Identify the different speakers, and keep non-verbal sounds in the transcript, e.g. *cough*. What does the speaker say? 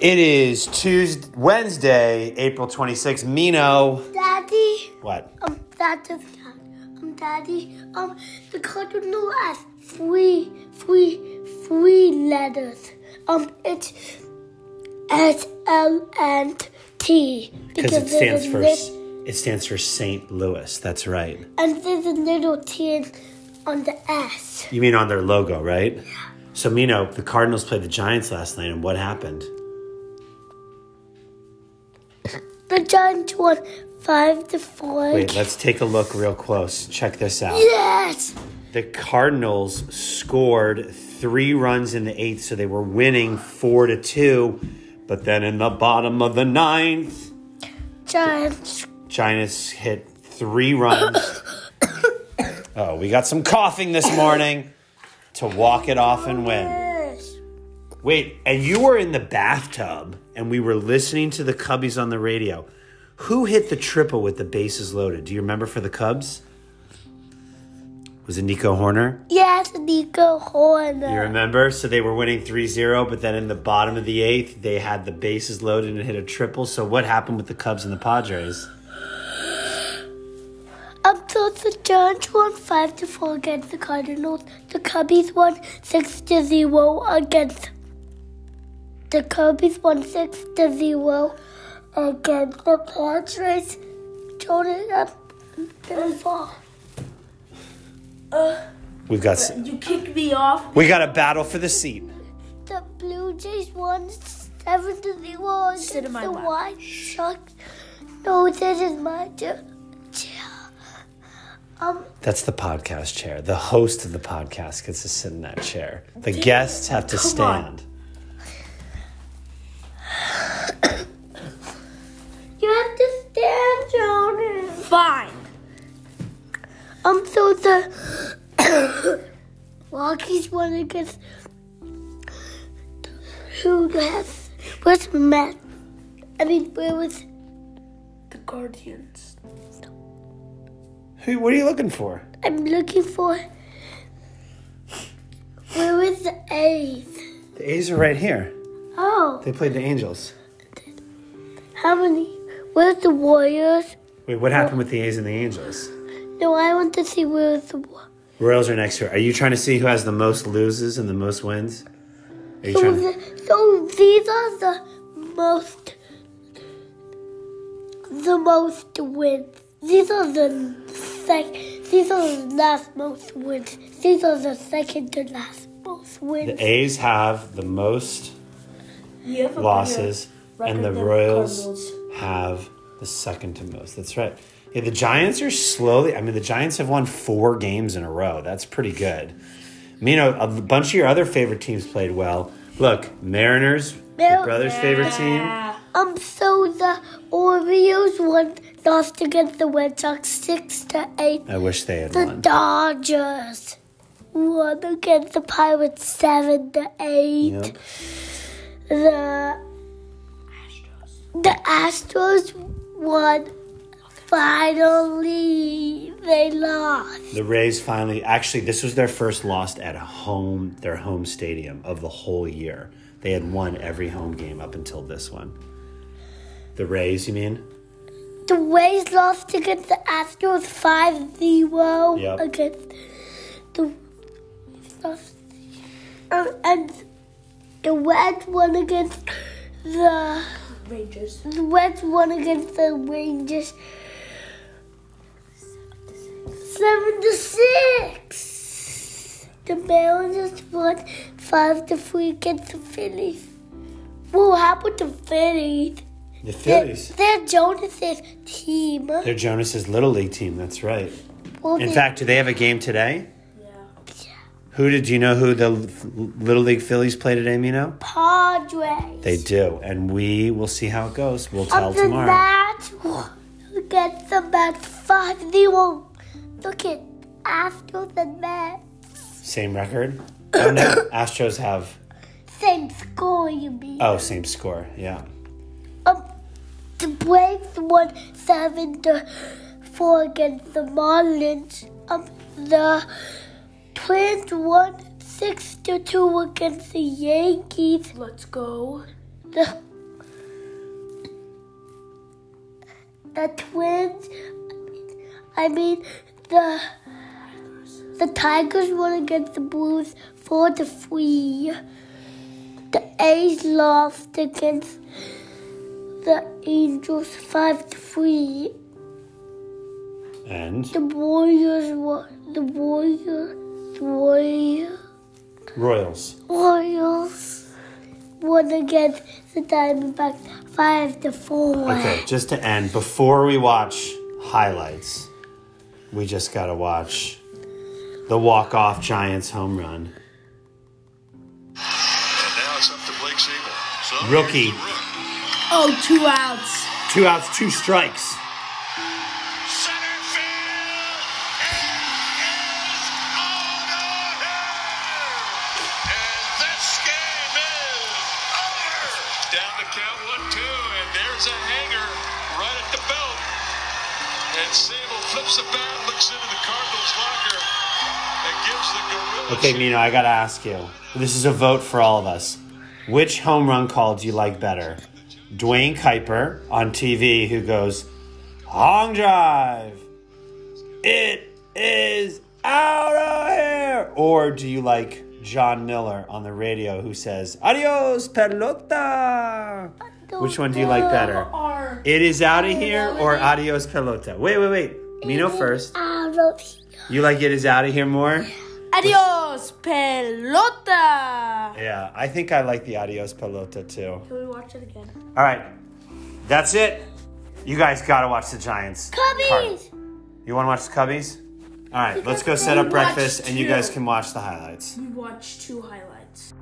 Speaker 1: It is Tuesday, Wednesday, April 26th. Mino.
Speaker 2: Daddy,
Speaker 1: What?
Speaker 2: um, Daddy, um, Daddy, um, the cartoon note has three, three, three letters. Um, it's S L and T
Speaker 1: Because it stands
Speaker 2: there's
Speaker 1: for
Speaker 2: lit-
Speaker 1: it stands for St. Louis. That's right.
Speaker 2: and there's a little T in- on the S.
Speaker 1: You mean on their logo, right? So Mino, the Cardinals played the Giants last night, and what happened?
Speaker 2: The Giants won five to four.
Speaker 1: Wait, let's take a look real close. Check this out.
Speaker 2: yes,
Speaker 1: The Cardinals scored three runs in the eighth, so they were winning four to two. But then in the bottom of the ninth,
Speaker 2: Giants.
Speaker 1: Giants hit three runs. *coughs* oh, we got some coughing this morning to walk it off and win.
Speaker 2: Yes.
Speaker 1: Wait, and you were in the bathtub and we were listening to the Cubbies on the radio. Who hit the triple with the bases loaded? Do you remember for the Cubs? Was it Nico Horner?
Speaker 2: Yes, Nico Horner.
Speaker 1: You remember? So they were winning 3 0, but then in the bottom of the eighth, they had the bases loaded and hit a triple. So what happened with the Cubs and the Padres?
Speaker 2: Up till the Giants won five to four against the Cardinals. The Cubbies won six to zero against the Cubbies won six to zero against the Padres. Jordan up the ball.
Speaker 1: We've got s-
Speaker 3: You kicked me off.
Speaker 1: we got a battle for the seat.
Speaker 2: The Blue Jays won seven to zero against
Speaker 3: Sit in my
Speaker 2: the
Speaker 3: lap.
Speaker 2: White Sox. No, this is my turn. Um,
Speaker 1: That's the podcast chair. The host of the podcast gets to sit in that chair. The guests have to
Speaker 3: Come on.
Speaker 1: stand.
Speaker 2: you have to stand, Jordan.
Speaker 3: Fine.
Speaker 2: Um, so *coughs* the Rockies won against who has was Matt? I mean, where was
Speaker 3: The Guardians.
Speaker 1: Who? What are you looking for?
Speaker 2: I'm looking for? Where was the A's?
Speaker 1: The A's are right here.
Speaker 2: Oh,
Speaker 1: They played the Angels.
Speaker 2: how many? Where's the Warriors?
Speaker 1: Wait, what happened with the A's and the Angels?
Speaker 2: No, I want to see where's the Wa-
Speaker 1: Royals are next here. Are you trying to see who has the most loses and the most wins? Are you
Speaker 2: so,
Speaker 1: trying?
Speaker 2: the, so these are the most the most wins. These are the sec. These are the last most wins. These are the second to last most wins.
Speaker 1: The A's have the most
Speaker 3: You have a
Speaker 1: losses,
Speaker 3: record
Speaker 1: and the
Speaker 3: than the
Speaker 1: Royals
Speaker 3: Cardinals.
Speaker 1: have the second to most. That's right. Yeah, the Giants are slowly. I mean, the Giants have won four games in a row. That's pretty good. I mean, a, a bunch of your other favorite teams played well. Look, Mariners, your
Speaker 2: Mar-
Speaker 1: brother's favorite team.
Speaker 3: Yeah.
Speaker 2: Um. So the Orioles won lost against the Red Sox six to eight.
Speaker 1: I wish they had
Speaker 2: The
Speaker 1: won.
Speaker 2: Dodgers won against the Pirates seven to eight.
Speaker 1: Yep.
Speaker 2: The the Astros won. Finally, they lost.
Speaker 1: The Rays finally, actually, this was their first loss at home, their home stadium of the whole year. They had won every home game up until this one. The Rays, you mean?
Speaker 2: The Rays lost against the Astros 5-0
Speaker 1: Yep.
Speaker 2: against the lost. Um, and the Reds won against the
Speaker 3: Rangers.
Speaker 2: the Reds won against the Rangers seven to six. The Mariners won five to three against the Phillies. Well, how about the Phillies?
Speaker 1: The Phillies.
Speaker 2: They're Jonas's team.
Speaker 1: They're Jonas's little league team. That's right.
Speaker 2: Well,
Speaker 1: In
Speaker 2: they-
Speaker 1: fact, do they have a game today?
Speaker 3: Yeah.
Speaker 1: Who did do you know who the little league Phillies play today? Mino.
Speaker 2: Padres.
Speaker 1: They do, and we will see how it goes. We'll tell
Speaker 2: After
Speaker 1: tomorrow.
Speaker 2: that, get the Mets five zero. Look at after the Mets.
Speaker 1: Same record. Oh no, *coughs* Astros have.
Speaker 2: Same score, you mean?
Speaker 1: Oh, same score. Yeah.
Speaker 2: Um, the Braves won seven to four against the Marlins. Um, the Twins won six to two against the Yankees.
Speaker 3: Let's go.
Speaker 2: The the Twins. I mean, the the Tigers won against the Blues four to three. The A's lost against the Angels five to three.
Speaker 1: And
Speaker 2: The Warriors won. The Warriors, the Warriors,
Speaker 1: Royals.
Speaker 2: Warriors won against the Diamondbacks five to four.
Speaker 1: Okay, just to end, before we watch highlights, we just got to watch the walk off Giants home run.
Speaker 4: And now it's up to Blake Siebel. So
Speaker 1: Rookie.
Speaker 4: here's the rook.
Speaker 3: Oh, two outs.
Speaker 1: Two outs, two strikes.
Speaker 4: Center field. It is over. And this game is over. Down to count one, two, and there's a hanger right at the belt. And Sable flips the bat, looks into the Cardinals locker, and gives the gorilla.
Speaker 1: Okay, Mino, I got to ask you. This is a vote for all of us. Which home run call do you like better? Dwayne Kuiper on TV, who goes, Long drive! It is out of here! Or do you like John Miller on the radio, who says, Adios, pelota! Which one do you like better?
Speaker 3: Are
Speaker 1: It is out of here or adios, pelota? Wait, wait, wait. Mino first.
Speaker 2: Out of here.
Speaker 1: You like it is out of here more?
Speaker 3: Adios, pelota.
Speaker 1: Yeah, I think I like the adios, pelota too.
Speaker 3: Can we watch it again?
Speaker 1: All right, that's it. You guys gotta watch the Giants.
Speaker 2: Cubbies!
Speaker 1: You wanna watch the Cubbies? All right, let's go set up
Speaker 3: We
Speaker 1: breakfast,
Speaker 3: watched
Speaker 1: and you
Speaker 3: two.
Speaker 1: guys can watch the highlights.
Speaker 3: We watched two highlights.